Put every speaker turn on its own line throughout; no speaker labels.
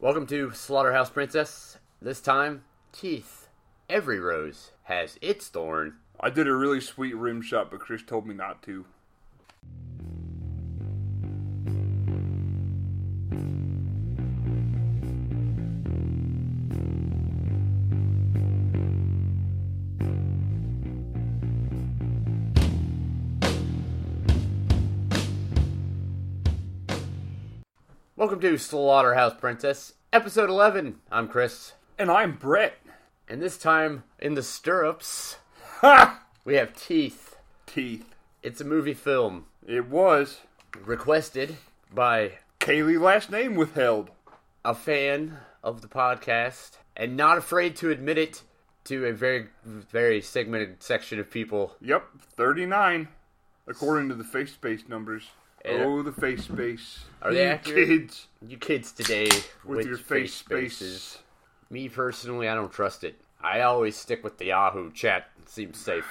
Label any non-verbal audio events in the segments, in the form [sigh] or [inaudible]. Welcome to Slaughterhouse Princess. This time, teeth. Every rose has its thorn.
I did a really sweet rim shot, but Chris told me not to.
Welcome to Slaughterhouse Princess, episode 11. I'm Chris,
And I'm Brett.
and this time in the stirrups, [laughs]
Ha!
we have Teeth.
Teeth.
It's a movie film
It was.
requested by
Kaylee last name withheld.
a fan of the podcast and not afraid to admit it to a very, very segmented section of people.
Yep, 39. According to the face space numbers.
Yeah.
Oh, the face space.
Are they
You
accurate?
kids
You kids today
with, your face spaces.
Me personally, I don't trust it. I always stick with the Yahoo chat. It seems safe.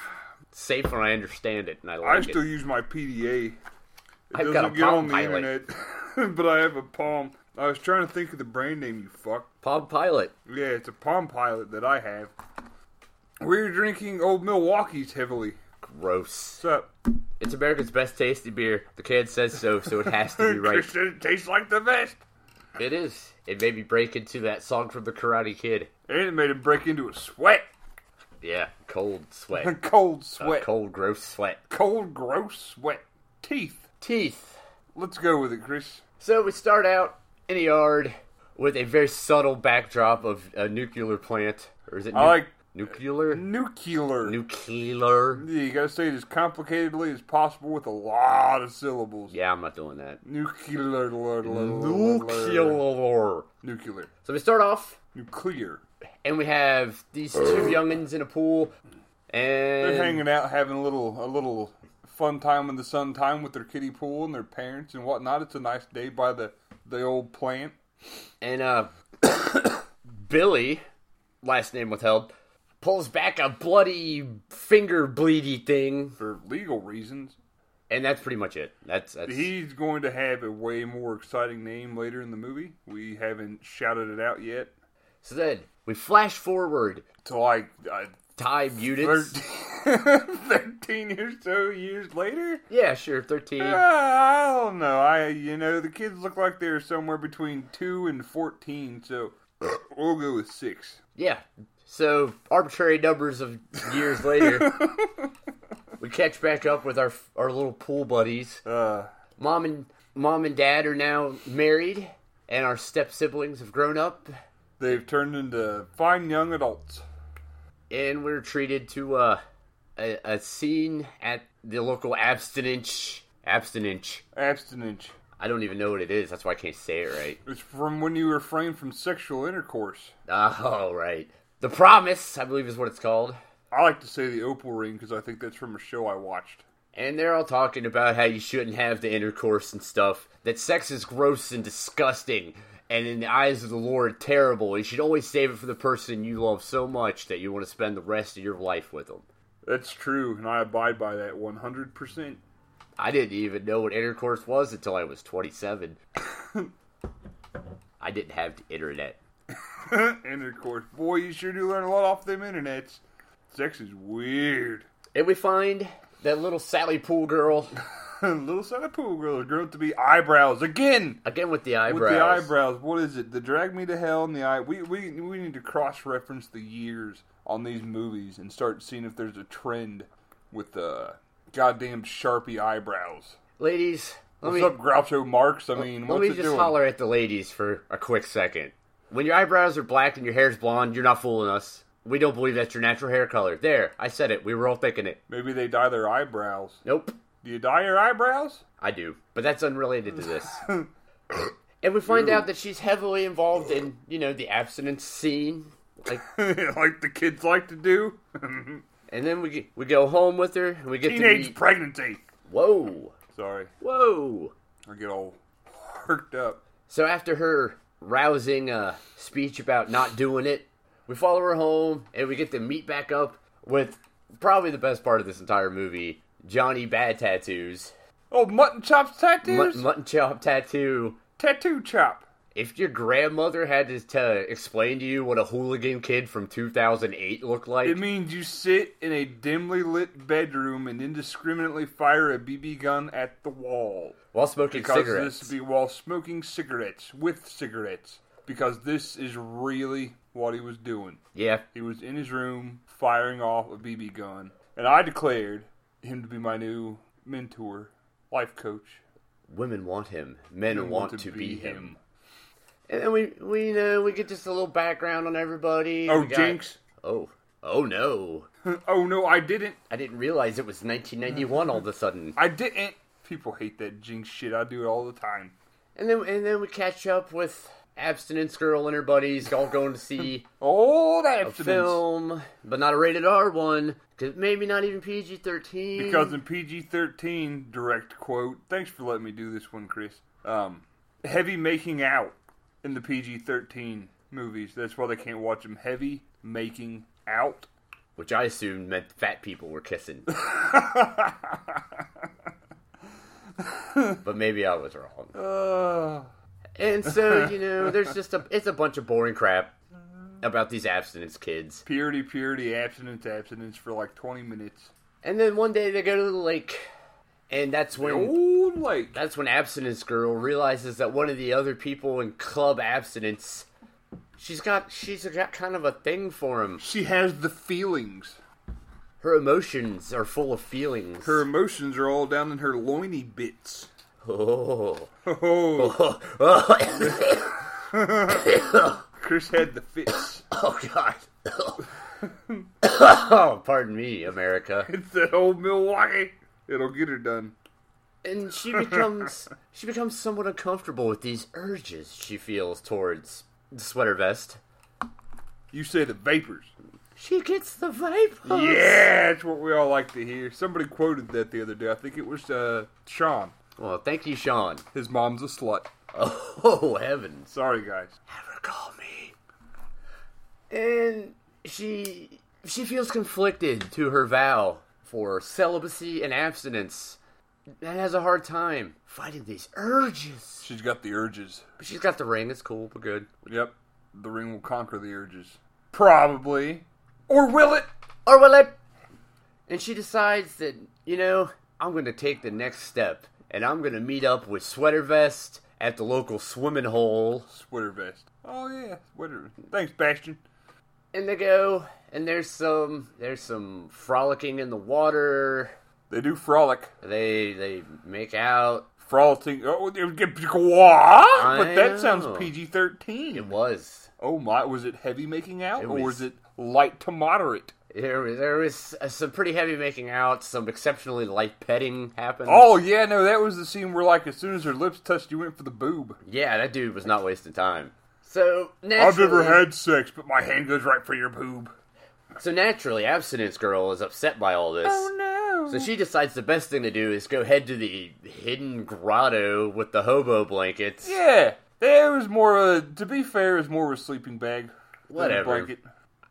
It's safe when I understand it and I
I
like
still
it.
use my PDA. It
I've
doesn't
got a
get
Palm
on the
Pilot.
internet, [laughs] but I have a Palm. I was trying to think of the brand name, you fuck.
Palm Pilot.
Yeah, it's a Palm Pilot that I have. We're drinking Old Milwaukee's heavily.
Gross.
What's up?
It's America's best tasty beer. The can says so, so it has
[laughs]
to be right.
Christian, it tastes like the best.
it is. It made me break into that song from The Karate Kid.
And it made him break into a sweat.
Yeah, cold
A [laughs]
sweat.
cold
A
sweat. cold.
Uh, cold, gross sweat.
gross sweat. Teeth.
Teeth.
Let's go with it, Chris.
So we start out in a yard with a very subtle backdrop of a nuclear plant. Or is it nu-
I like
nuclear?
nuclear.
Nuclear.
yeah, you gotta say it as complicatedly as possible with a lot of syllables.
Yeah, I'm not doing that.
Nuclear. Nuclear.
Nuclear.
Nuclear.
So we start off,
Nuclear.
and we have these two youngins in a pool, and
They're hanging out, having a little, a little fun time in the sun time with their kiddie pool and their parents and whatnot. It's a nice day by the the old plant.
and uh, [coughs] Billy, last name withheld, pulls back a bloody finger bleedy thing,
for legal reasons.
and that's pretty much it. That's that's
He's going to have a way more exciting name later in the movie. We haven't shouted it out yet.
so. Then we flash forward.
To like uh,
Time units.
13, [laughs] 13 or so years later?
Yeah, sure, thirteen.
Uh, [laughs] I don't know. I you know the kids look like they're somewhere between two and fourteen, so [coughs] we'll go with six.
Yeah. So arbitrary numbers of years
[laughs]
later, we catch back up with our our little pool buddies.
Uh,
Mom and mom and dad are now married, and our step siblings have grown up,
they've turned into fine young adults.
and we're treated to uh, a a scene at the local abstinence abstinence.
Abstinence.
I don't even know what it is. That's why I can't say it right.
It's from when you refrain from sexual intercourse.
Oh, right. [laughs] The promise, I believe, is what it's called.
I like to say the opal ring because I think that's from a show I watched.
And they're all talking about how you shouldn't have the intercourse and stuff. That sex is gross and disgusting, and in the eyes of the Lord, terrible. You should always save it for the person you love so much that you want to spend the rest of your life with them.
That's true, and I abide by that 100%.
I didn't even know what intercourse was until I was 27. I didn't have the internet.
Intercourse. Boy, you sure do learn a lot off them internets. Sex is weird. [laughs]
And we find that little Sally Pool girl,
Little set of pool girl has grown up to be eyebrows again.
again with the eyebrows.
With the eyebrows, what is it? The drag me to hell and the eye. We we we need to cross reference the years on these movies and start seeing if there's a trend with the goddamn sharpie eyebrows.
Ladies, let
What's
me,
up, Groucho Marx? I mean,
Let
what's
me
it
just
doing?
holler at the ladies for a quick second. When your eyebrows are black and your hair's blonde, you're not fooling us. We don't believe that's your natural hair color. There, I said it. We were all thinking it.
Maybe they dye their eyebrows.
Nope,
Do you dye your eyebrows?
I do. But that's unrelated to this.
[laughs]
and we find out that she's heavily involved in, you know, the abstinence scene. Like,
[laughs] like the kids like to do. [laughs]
and then we get, we go home with her and we get to
Teenage
meet,
pregnancy.
whoa,
Sorry,
whoa.
I get all worked up.
So after her rousing uh, speech about not doing it, we follow her home and we get to meet back up with probably the best part of this entire movie, Johnny Bad Tattoos,
Oh, mutton chops
Mut-
tattoos.
mutton chop tattoo,
Tattoo chop.
If your grandmother had to tell, explain to you what a hooligan kid from 2008 looked like,
It means you sit in a dimly lit bedroom and indiscriminately fire a BB gun at the wall.
while smoking
Because
cigarettes,
this be while smoking cigarettes with cigarettes. Because this is really what he was doing.
yeah,
He was in his room firing off a BB gun. And I declared him to be my new mentor, life coach.
women want him, men want, to, be him. And then we we you know we get just a little background on everybody.
Oh,
We got-
Jinx.
Oh, oh no!
oh, no, I didn't.
I didn't realize it was 1991 all of a sudden.
I didn't. People hate that Jinx shit. I do it all the time.
And then and then we catch up with abstinence girl and her buddies all going to see
Old
a
[laughs] abstinence.
film, but not a rated R one, 'cause maybe not even PG thirteen.
Because in PG 13, direct quote, thanks for letting me do this one, Chris. Um, heavy making out in the PG 13 movies. That's why they can't watch them. Heavy making out.
which I assumed meant fat people were
[laughs]
kissing. but maybe I was
[laughs]
wrong.
Uh,
And so you know, there's just a it's a bunch of boring crap about these abstinence kids.
purity, purity, abstinence, abstinence for like 20 minutes.
And then one day they go to the lake, and that's when
Old lake.
that's when abstinence girl realizes that one of the other people in club abstinence, she's got she's got kind of a thing for him.
She has the feelings.
Her emotions are full of feelings.
Her emotions are all down in her loiny bits.
[laughs]
[laughs]
Oh.
Oh,
Oh, oh,
Chris had the fits.
oh, God. [coughs] oh, pardon me, America.
it's that old Milwaukee. It'll get her done.
And [laughs] she becomes she becomes somewhat uncomfortable with these urges she feels towards the sweater vest.
You say the vapors.
She gets the vapors.
Yeah, that's what we all like to hear. Somebody quoted that the other day. I think it was uh, Sean.
Well, thank you, Sean. [laughs]
His mom's a slut.
Oh heavens!
Sorry, guys.
Never call me. And she she feels conflicted to her vow for celibacy and abstinence, and has a hard time fighting these urges.
She's got the urges.
But she's got the ring. It's cool, but good.
Yep. The ring will conquer the urges. Probably. Or will it?
Or will it? And she decides that you know I'm going to take the next step, and I'm going to meet up with Sweater Vest at the local swimming hole.
Sweater vest. Oh, yeah. Sweater. Thanks, Bastion.
And they go, and there's some there's some frolicking in the water.
They do frolic.
They they make out.
Frolicking. Oh, they would get- what? But
know.
that sounds PG 13.
It was
Oh, my. Was it heavy making out?
It
or
was-
was it light to moderate?
there there was uh, some pretty heavy making out. Some exceptionally light petting happened.
Oh, yeah. No, that was the scene where, like, as soon as her lips touched, you went for the boob.
yeah, that dude was not wasting time. So
I've
naturally,
never had sex, but my hand goes right for your boob.
so naturally, abstinence girl is upset by all
Oh,
this.
no.
So she decides the best thing to do is go head to the hidden grotto with the hobo blankets.
yeah, that was more of a, to be fair, is more of a sleeping bag. than a
Whatever.
Blanket.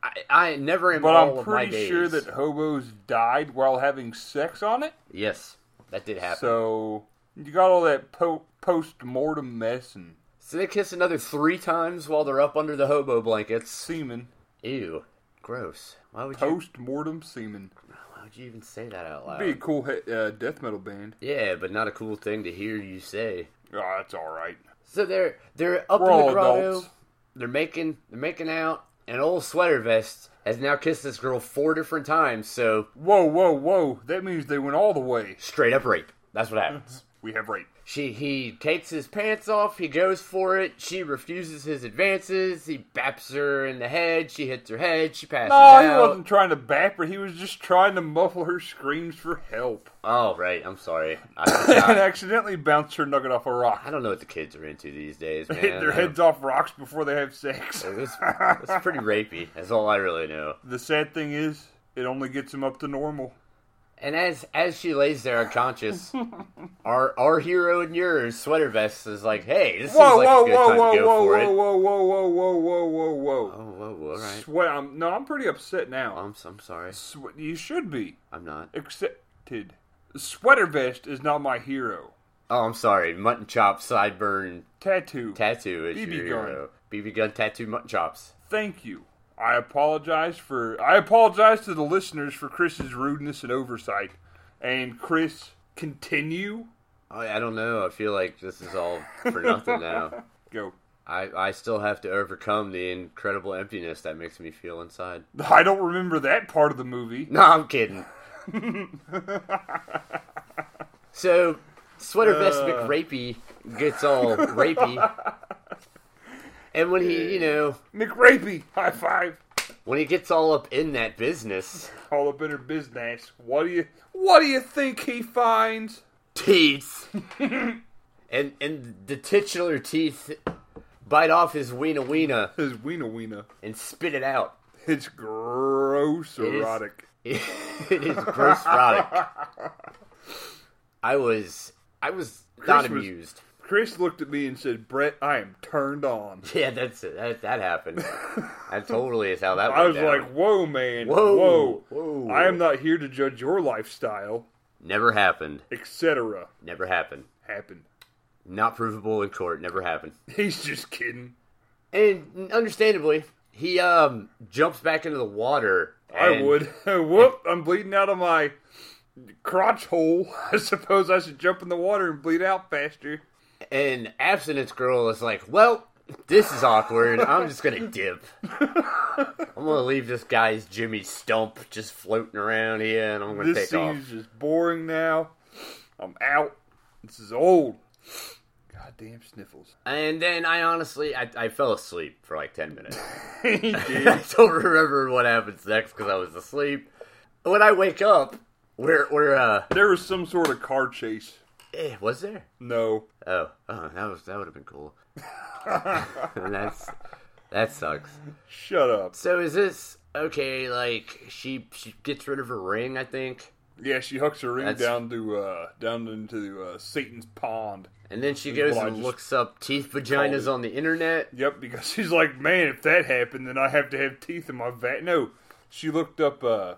I, I never in
But
all
I'm
of my
pretty
days.
sure that hobos died while having sex on it.
yes, that did happen.
So you got all that po- post-mortem mess and
So they kiss another three times while they're up under the hobo blankets.
semen.
Ew, gross. Why would you?
Post-mortem semen.
Why would you even say that out loud?
Be a cool he- uh, death metal band.
Yeah, but not a cool thing to hear you say.
Oh, that's all right.
So they're they're up
We're
in the
all
grotto.
adults.
They're making they're making out. An old sweater vest has now kissed this girl four different times. So
Whoa, whoa, whoa! That means they went all the way.
straight up rape. That's what happens.
We have rape.
She he takes his pants off, he goes for it, she refuses his advances, he baps her in the head, she hits her head, she passes
No,
out.
Oh, he wasn't trying to bap her. He was just trying to muffle her screams for
[laughs]
help,
Oh right, I'm sorry. I,
and
forgot.
accidentally bounced her nugget off a rock,
I don't know what the kids are into these days, man.
hitting [laughs] their
I don't-
heads off rocks before they have sex.
It was, it was pretty rapey. That's all I really know.
The sad thing is, it only gets him up to normal.
And as as she lays there
[laughs]
unconscious, our our hero and yours, sweater vest, is like, "Hey, this
Whoa,
seems like
whoa,
a good
whoa,
time to
whoa,
go
whoa,
for
whoa,
it."
whoa, whoa, whoa, whoa, whoa, whoa,
Oh,
whoa!
whoa, whoa, all right. Oh,
Sweat. I'm, no, I'm pretty upset now.
I'm I'm sorry.
Swe- you should be
I'm not.
accepted. Sweater vest is not my hero.
Oh, I'm sorry. Mutton chop sideburn
Tattoo.
tattoo is
BB
your
gun.
hero. BB gun tattoo mutton chops.
Thank you. I apologize for I apologize to the listeners for Chris's rudeness and oversight. And Chris, continue.
I, I don't know. I feel like this is all for nothing now.
Go.
I, I still have to overcome the incredible emptiness that makes me feel inside.
I don't remember that part of the movie.
No, I'm kidding. so, Sweater Vest McRapey gets all rapey. And when he, you know,
McRapey, high five.
when he gets all up in that business,
All up in her business. What do you What do you think he finds?
teeth. [laughs] and and the titular teeth bite off his weena weena
His weena weena.
and spit it out. [laughs]
It's gross
is.
erotic.
it is gross erotic. I was I was not
Chris was-
amused. [laughs]
Chris looked at me and said, "Brett, I am turned on."
Yeah, that's it. That, that happened.
[laughs]
that totally is how that went
I was
down.
like, "Whoa, man!
Whoa,
Whoa,
whoa.
I am not here to judge your lifestyle,
never happened.
etc."
Never happened.
Happened. [laughs]
Not provable in court. Never happened.
He's just kidding.
And understandably, he um jumps back into the water.
I
and-
would. [laughs] Whoop! I'm bleeding out of my crotch hole. [laughs] I suppose I should jump in the water and bleed out faster.
And abstinence girl is like, well, this is awkward. I'm just gonna dip. I'm gonna leave this guy's Jimmy Stump just floating around here, and I'm gonna
This
take off.
scene's just boring now. I'm out. This is old. Goddamn sniffles. [laughs]
And then I honestly, I, I fell asleep for like ten minutes.
He did.
I don't remember what happened next because I was asleep. When I wake up, we're we're uh,
there was some sort of car chase.
eh, was there?
No.
Oh, oh, that was that would have been cool. [laughs] and that's that sucks.
Shut up.
So is this okay? Like she she gets rid of her ring, I think.
Yeah, she hucks her ring
That's-
down to uh down into uh, Satan's pond.
And then she goes
Well, I
and
just
looks up teeth
called
vaginas
it.
on the internet.
Yep, because [laughs] she's like, man, if that happened, then I have to have teeth in my vat. No, she looked up uh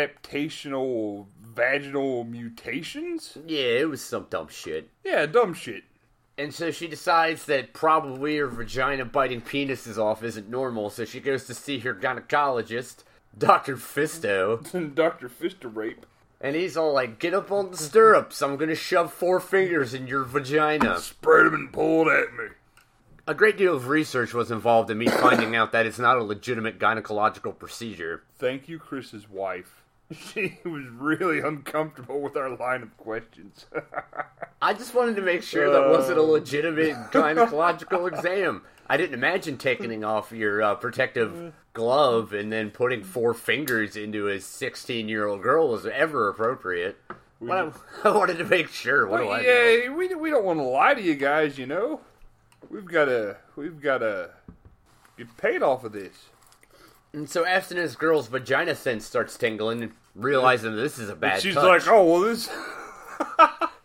adaptational vaginal mutations.
Yeah, it was some dumb shit.
Yeah, dumb shit. [laughs]
And so she decides that probably her vagina biting penises off isn't normal, so she goes to see her gynecologist, Dr. Fisto,
Doctor Fister rape.
and he's all like, Get up on the stirrups, I'm gonna shove four fingers in your vagina.
Spread 'em and pulled at me.
A great deal of research was involved in me finding out that it's not a legitimate gynecological procedure.
Thank you, Chris's wife. [laughs] She was really uncomfortable with our line of questions.
I just wanted to make sure that wasn't a legitimate
Uh.
gynecological exam. I didn't imagine taking off your uh, protective glove and then putting four fingers into a 16 year old girl was ever appropriate. But I, [laughs] I wanted to make sure. What do I know?
yeah, we we don't want to lie to you guys. You know, we've got to we've got to get paid off of this.
And so abstinence girl's vagina sense starts tingling, realizing this is a bad
She's
touch.
like, oh well, this. [laughs]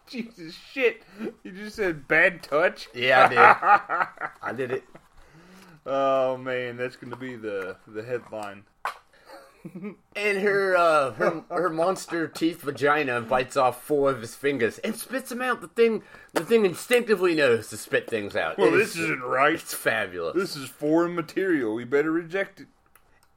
Jesus shit! You just said bad touch.
yeah,
[laughs]
I did. I did it.
Oh man, that's gonna be the the headline.
And her uh, her her monster teeth vagina bites off four of his fingers and spits them out. The thing the thing instinctively knows to spit things out.
Well,
It
this isn't right.
it's fabulous.
This is foreign material. We better reject it.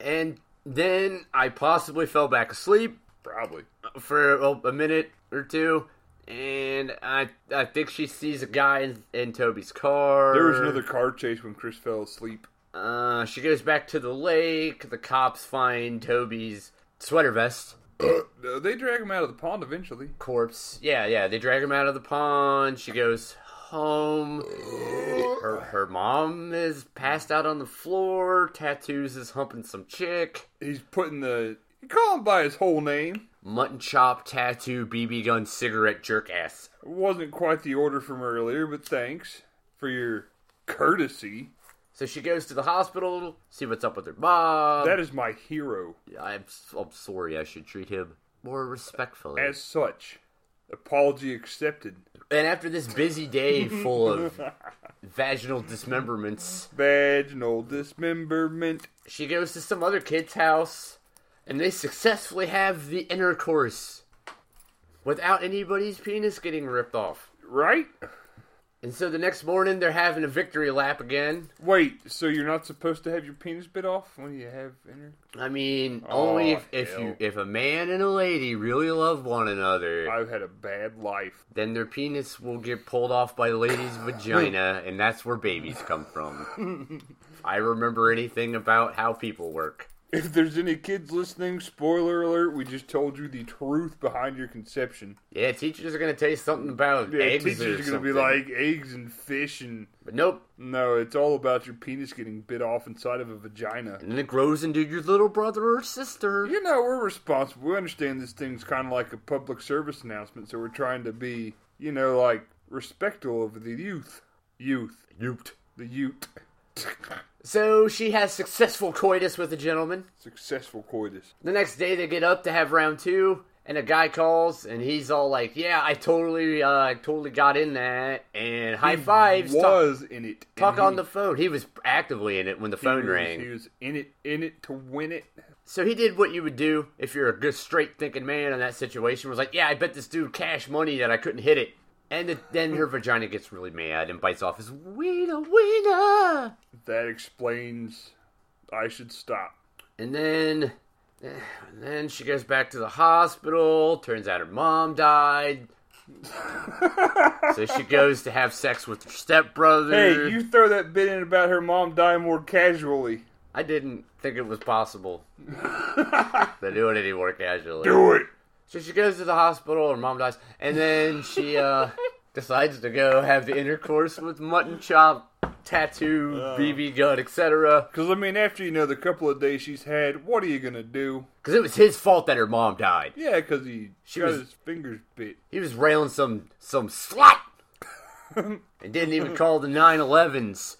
And then I possibly fell back asleep
Probably.
for well, a minute or two, and I I think she sees a guy in, in Toby's car.
There was another car chase when Chris fell asleep.
Uh, she goes back to the lake. The cops find Toby's sweater vest.
Uh, they drag him out of the pond eventually.
corpse. Yeah, yeah. They drag him out of the pond. She goes home. Her her mom is passed out on the floor. Tattoos is humping some chick.
He's putting the call him by his whole name.
Mutton chop tattoo BB gun cigarette jerk ass.
wasn't quite the order from earlier, but thanks for your courtesy.
So she goes to the hospital. See what's up with her mom.
That is my hero.
I'm s- I'm sorry. I should treat him more respectfully.
As such, apology accepted.
and after this busy day full
[laughs]
of vaginal dismemberments.
Vaginal dismemberment.
She goes to some other kid's house, and they successfully have the intercourse without anybody's penis getting ripped off.
right?
And so the next morning they're having a victory lap again.
Wait, so you're not supposed to have your penis bit off when you have inter?
I mean,
Oh,
only if, if
hell.
you if a man and a lady really love one another,
I've had a bad life.
then their penis will get pulled off by the lady's vagina, and that's where babies come from.
[laughs]
If I remember anything about how people work.
If there's any kids listening, spoiler alert: we just told you the truth behind your conception.
Yeah, teachers are gonna tell you something about
Yeah,
eggs
teachers
or
are gonna
something.
be like eggs and fish, and
but nope.
no, it's all about your penis getting bit off inside of a vagina.
And then it grows into your little brother or sister.
You know, we're responsible. We understand this thing's kind of like a public service announcement, so we're trying to be, you know, like respectful of the youth, youth,
Yooped.
the youth. [laughs]
So she has successful coitus with a gentleman.
Successful coitus.
The next day they get up to have round two, and a guy calls, and he's all like, "Yeah, I totally, uh, I totally got in that," and high fives. Talk,
was in it.
talk
and
on
he-
the phone. He was actively in it when the phone
he was-
rang.
He was in it, in it to win it.
So he did what you would do if you're a good, straight thinking man in that situation. Was like, yeah, I bet this dude cash money that I couldn't hit it. And the, then her vagina gets really mad and bites off his wiener, wiener.
That explains. I should stop.
And then, eh, then she goes back to the hospital. Turns out her mom
[laughs]
died. so she goes to have sex with her
Hey,
stepbrother.
you throw that bit in about her mom dying more casually.
I didn't think it was possible.
[laughs]
they do it any more casually.
Do it.
So she goes to the hospital, her mom dies, and then she
[laughs]
uh, decides to go have the intercourse with Mutton Chop, Tattoo,
Oh.
BB Gun, etc.
Because, I mean, after, you know, the couple of days she's had, what are you going to do?
Because it was his fault that her mom died.
Yeah, because he
She
got
was-
his fingers bit.
He was railing some some
[laughs]
slut, and didn't even call the 911s.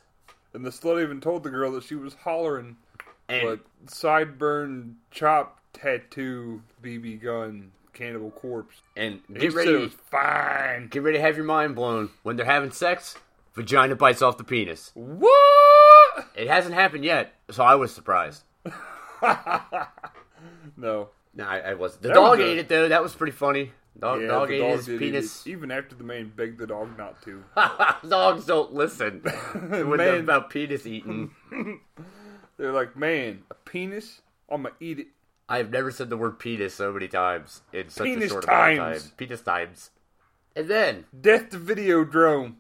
And the slut even told the girl that she was hollering,
And
but sideburn, chop, tattoo, BB gun, cannibal corpse.
and
He
get
said it
ready,
was fine.
get ready to have your mind blown when they're having sex. Vagina bites off the penis.
What?
It hasn't happened yet, so I was surprised.
No.
No, I, I wasn't. The
That was
dog
a-
ate it though. That was pretty funny. Dog,
Yeah,
dog
the
ate
dog
his
did eat
penis. [laughs]
it, even after the man begged the dog not to.
Dogs don't
[laughs]
listen when they're
Man.
about penis eating.
They're like, man, a penis? I'm going to eat it.
I've never said the word penis so many times in such a
Penis
short amount of
times.
time. Penis times. And then,
Death to Videodrome.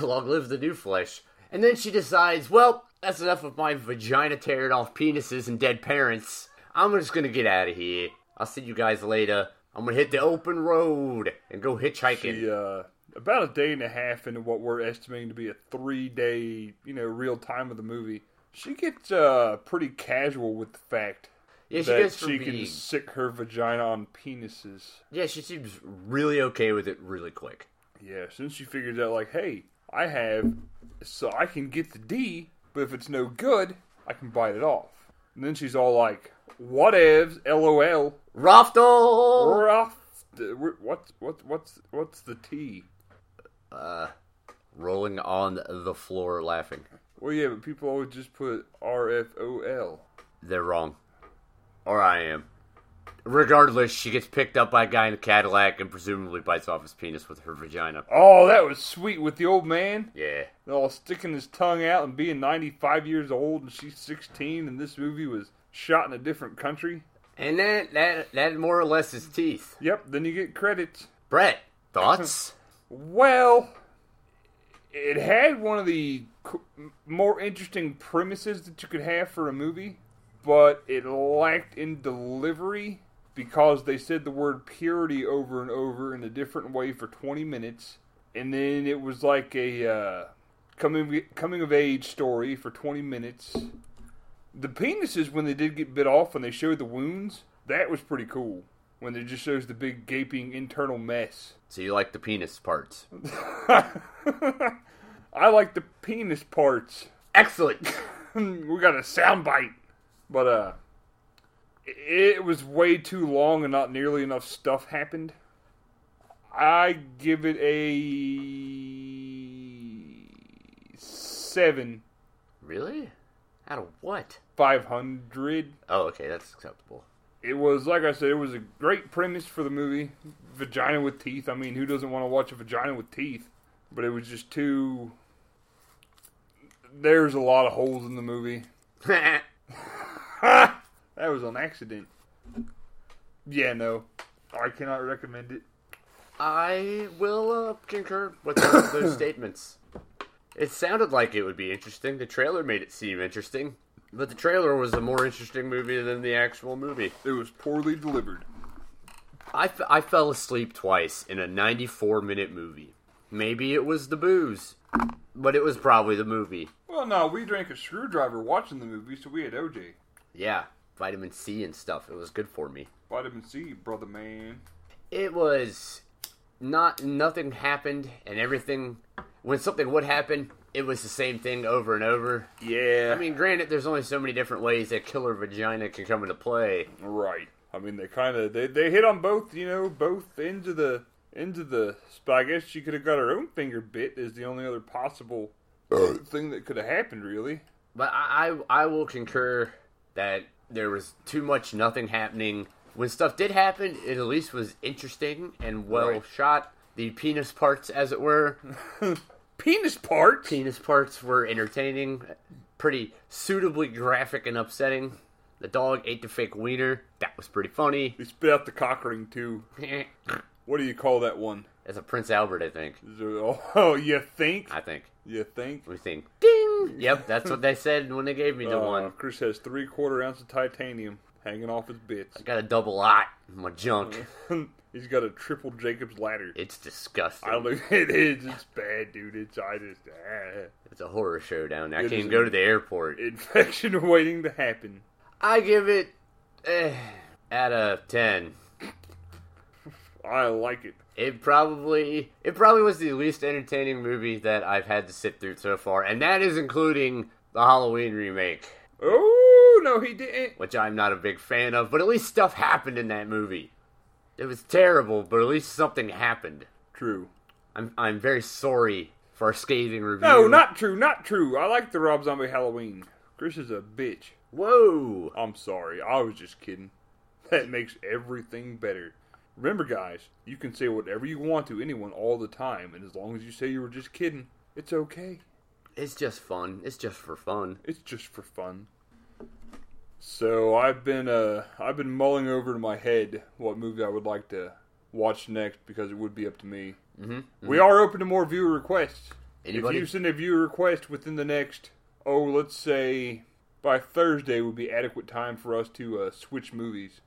long live the new flesh. And then she decides, well, that's enough of my vagina tearing off penises and dead parents. I'm just gonna get out of here. I'll see you guys later. I'm gonna hit the open road and go hitchhiking.
She, uh, about a day and a half into what we're estimating to be a three day, you know, real time of the movie, she gets uh, pretty casual with the fact
yeah, she
that
goes from
she
being.
can sick her vagina on penises.
Yeah, she seems really okay with it really quick.
Yeah, since she figures out, like, hey, I have, so I can get the D, but if it's no good, I can bite it off. And then she's all like, what ifs, lol.
Roftel!
We're off. What's, what's, what's, what's the T?
Rolling on the floor laughing.
Well, yeah, but people always just put R F O L.
They're wrong. Or I am. Regardless, she gets picked up by a guy in a Cadillac and presumably bites off his penis with her vagina.
Oh, that was sweet with the old man.
Yeah.
All sticking his tongue out and being 95 years old and she's 16 and this movie was shot in a different country.
And that that that more or less is teeth.
Yep, then you get credits.
Brett, thoughts?
Well, it had one of the c- more interesting premises that you could have for a movie, but it lacked in delivery because they said the word purity over and over in a different way for 20 minutes, and then it was like a uh, coming coming of age story for 20 minutes. The penises when they did get bit off and they showed the wounds, that was pretty cool. When it just shows the big gaping internal mess.
so you like the penis parts.
I like the penis parts. [laughs]
Excellent. [laughs]
we got a soundbite, but uh, it was way too long and not nearly enough stuff happened. I give it a seven
really? Out of what?
five hundred.
Oh, okay, that's acceptable. [laughs]
it was like I said, it was a great premise for the movie. Vagina with teeth. I mean, who doesn't want to watch a vagina with teeth? But it was just too. There's a lot of holes in the movie. that was an accident. Yeah, no, I cannot recommend it.
I will uh, concur with those, those statements. It sounded like it would be interesting. The trailer made it seem interesting, but the trailer was a more interesting movie than the actual movie.
It was poorly delivered.
I, f- I fell asleep twice in a 94 minute movie. Maybe it was the booze, but it was probably the movie.
Well, no, we drank a screwdriver watching the movie, so we had OJ,
Yeah, vitamin C and stuff. It was good for me.
vitamin C, brother man.
It was not nothing happened and everything when something would happen, it was the same thing over and over.
Yeah,
I mean, granted, there's only so many different ways that killer vagina can come into play.
Right. I mean, they kind of they, they hit on both, you know, both into the into the. But I guess she could have got her own finger bit. Is the only other possible thing that could have happened, really.
But I, I, I will concur that there was too much nothing happening. When stuff did happen, it at least was interesting and well
Right.
shot. The penis parts, as it were,
Penis part.
penis parts were entertaining, pretty suitably graphic and upsetting. The dog ate the fake wiener. That was pretty funny. [laughs]
They spit out the cock ring too. What do you call that one?
That's a Prince Albert, I think.
Is there- oh, [laughs] you think?
I think.
You think?
We think. Ding. Yep, that's what they said when they gave me the
Uh,
one.
Chris has three quarter ounce of titanium hanging off his bits. [laughs]
Got a double lot in my junk.
He's got a triple Jacob's ladder.
It's disgusting.
I don't [laughs] know. It is. It's bad, dude. It's I just. ah.
It's a horror show down there. I
It
can't
is
even
a-
go to the airport.
infection [laughs] waiting to happen.
I give it eh, out of ten.
I like it.
It probably it probably was the least entertaining movie that I've had to sit through so far, and that is including the Halloween remake,
Oh no, he didn't.
which I'm not a big fan of. But at least stuff happened in that movie. It was terrible, but at least something happened.
True.
I'm I'm very sorry for our scathing review.
No, not true. Not true. I like the Rob Zombie Halloween. Chris is a bitch.
whoa.
I'm sorry. I was just kidding. [laughs] That makes everything better. Remember, guys, you can say whatever you want to anyone all the time, and as long as you say you were just kidding, it's okay.
It's just fun. It's just for fun.
It's just for fun. So I've been uh I've been mulling over in my head what movie I would like to watch next because it would be up to me. Mm-hmm, We are open to more viewer requests.
Anybody?
If you send a viewer request within the next oh let's say by Thursday would be adequate time for us to uh, switch movies.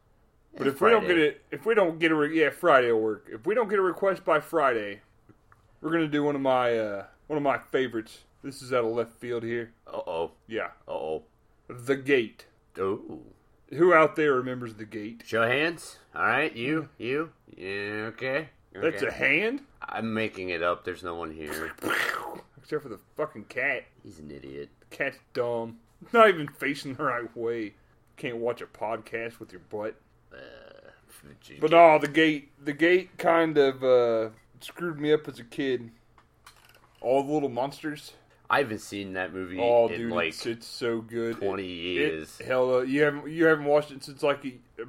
But if we don't get
Friday.
it, if we don't get a re- yeah Friday will work. If we don't get a request by Friday, we're gonna do one of my uh, one of my favorites. This is out of left field here.
Uh oh.
Yeah.
Uh oh.
The Gate.
Ooh.
Who out there remembers The Gate?
Oh. Show of hands. All right, you, you, yeah, okay.
That's a hand? [laughs]
I'm making it up. There's no one here.
Except for the fucking cat.
He's an idiot.
The cat's dumb. Not even facing the right way. Can't watch a podcast with your butt. But oh, The Gate. The Gate kind of uh, screwed me up as a kid. All the little monsters.
I haven't seen that movie
Oh,
in
dude,
like
it's, it's so good.
20 years.
It, hell, uh, you haven't you haven't watched it since like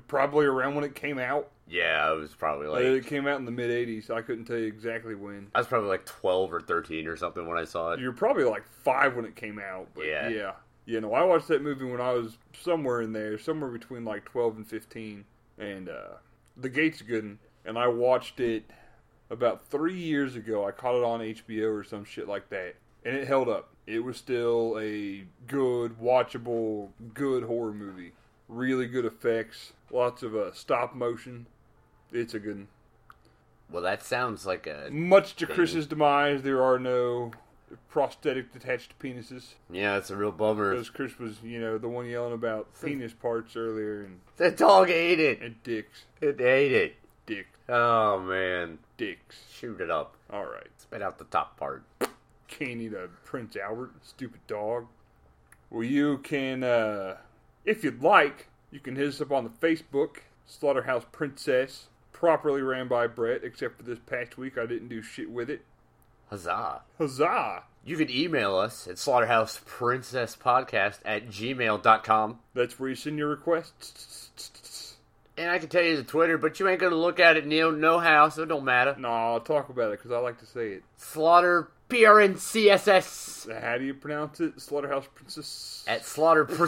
probably around when it came out.
yeah, I was probably
Like,
like
it came out in the mid '80s. I couldn't tell you exactly when.
I was probably like 12 or 13 or something when I saw it.
you were probably like five when it came out. But
Yeah.
yeah. yeah. You know, I watched that movie when I was somewhere in there, somewhere between like 12 and 15. And uh, The Gate's Good 'un, And I watched it about three years ago. I caught it on HBO or some shit like that. And it held up. It was still a good, watchable, good horror movie. Really good effects. Lots of uh, stop motion. It's a good 'un.
Well, that sounds like a
Much to Chris's demise, there are no prosthetic detached penises.
yeah, it's a real bummer.
Because Chris was, you know, the one yelling about penis parts earlier and,
The dog ate it.
and dicks,
It ate it.
dick,
Oh man,
dicks.
shoot it up.
All right.
Spit out the top part.
Can't eat a Prince Albert, stupid dog. Well, you can, uh, if you'd like, you can hit us up on the Facebook, Slaughterhouse Princess, properly ran by Brett, except for this past week I didn't do shit with it.
Huzzah.
Huzzah!
You can email us at slaughterhouseprincesspodcast at gmail.com.
That's where you send your requests.
and I can tell you the Twitter, but you ain't gonna look at it, Neil. No how, so it don't matter.
No, I'll talk about it because I like to say it.
Slaughter PRNCSS
How do you pronounce it? Slaughterhouse Princess.
at Slaughter
that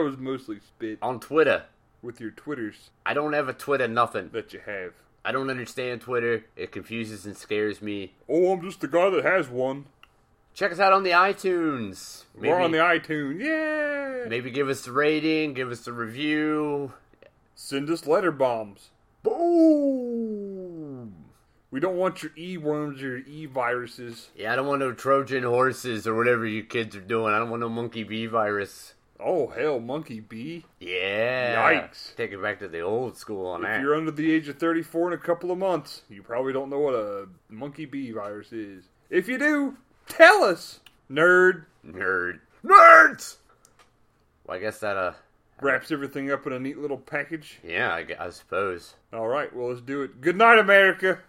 was mostly spit
[laughs] on Twitter.
with your Twitters
I don't have a Twitter nothing.
that you have.
I don't understand Twitter. It confuses and scares me.
Oh, I'm just the guy that has one.
Check us out on the iTunes. Maybe,
We're on the iTunes. Yeah.
maybe give us a rating, give us a review.
Send us letter bombs.
Boom!
We don't want your e worms or your e viruses.
Yeah, I don't want no Trojan horses or whatever you kids are doing. I don't want no monkey bee virus.
Oh hell, monkey bee.
Yeah.
Yikes.
Take it back to the old school on that.
If you're under the age of 34 in a couple of months, you probably don't know what a monkey bee virus is. If you do, tell us, nerd.
Nerd. Nerds! Well, I guess that, uh,
Wraps everything up in a neat little package.
yeah, I, gu- I suppose.
All right, well let's do it. Good night, America.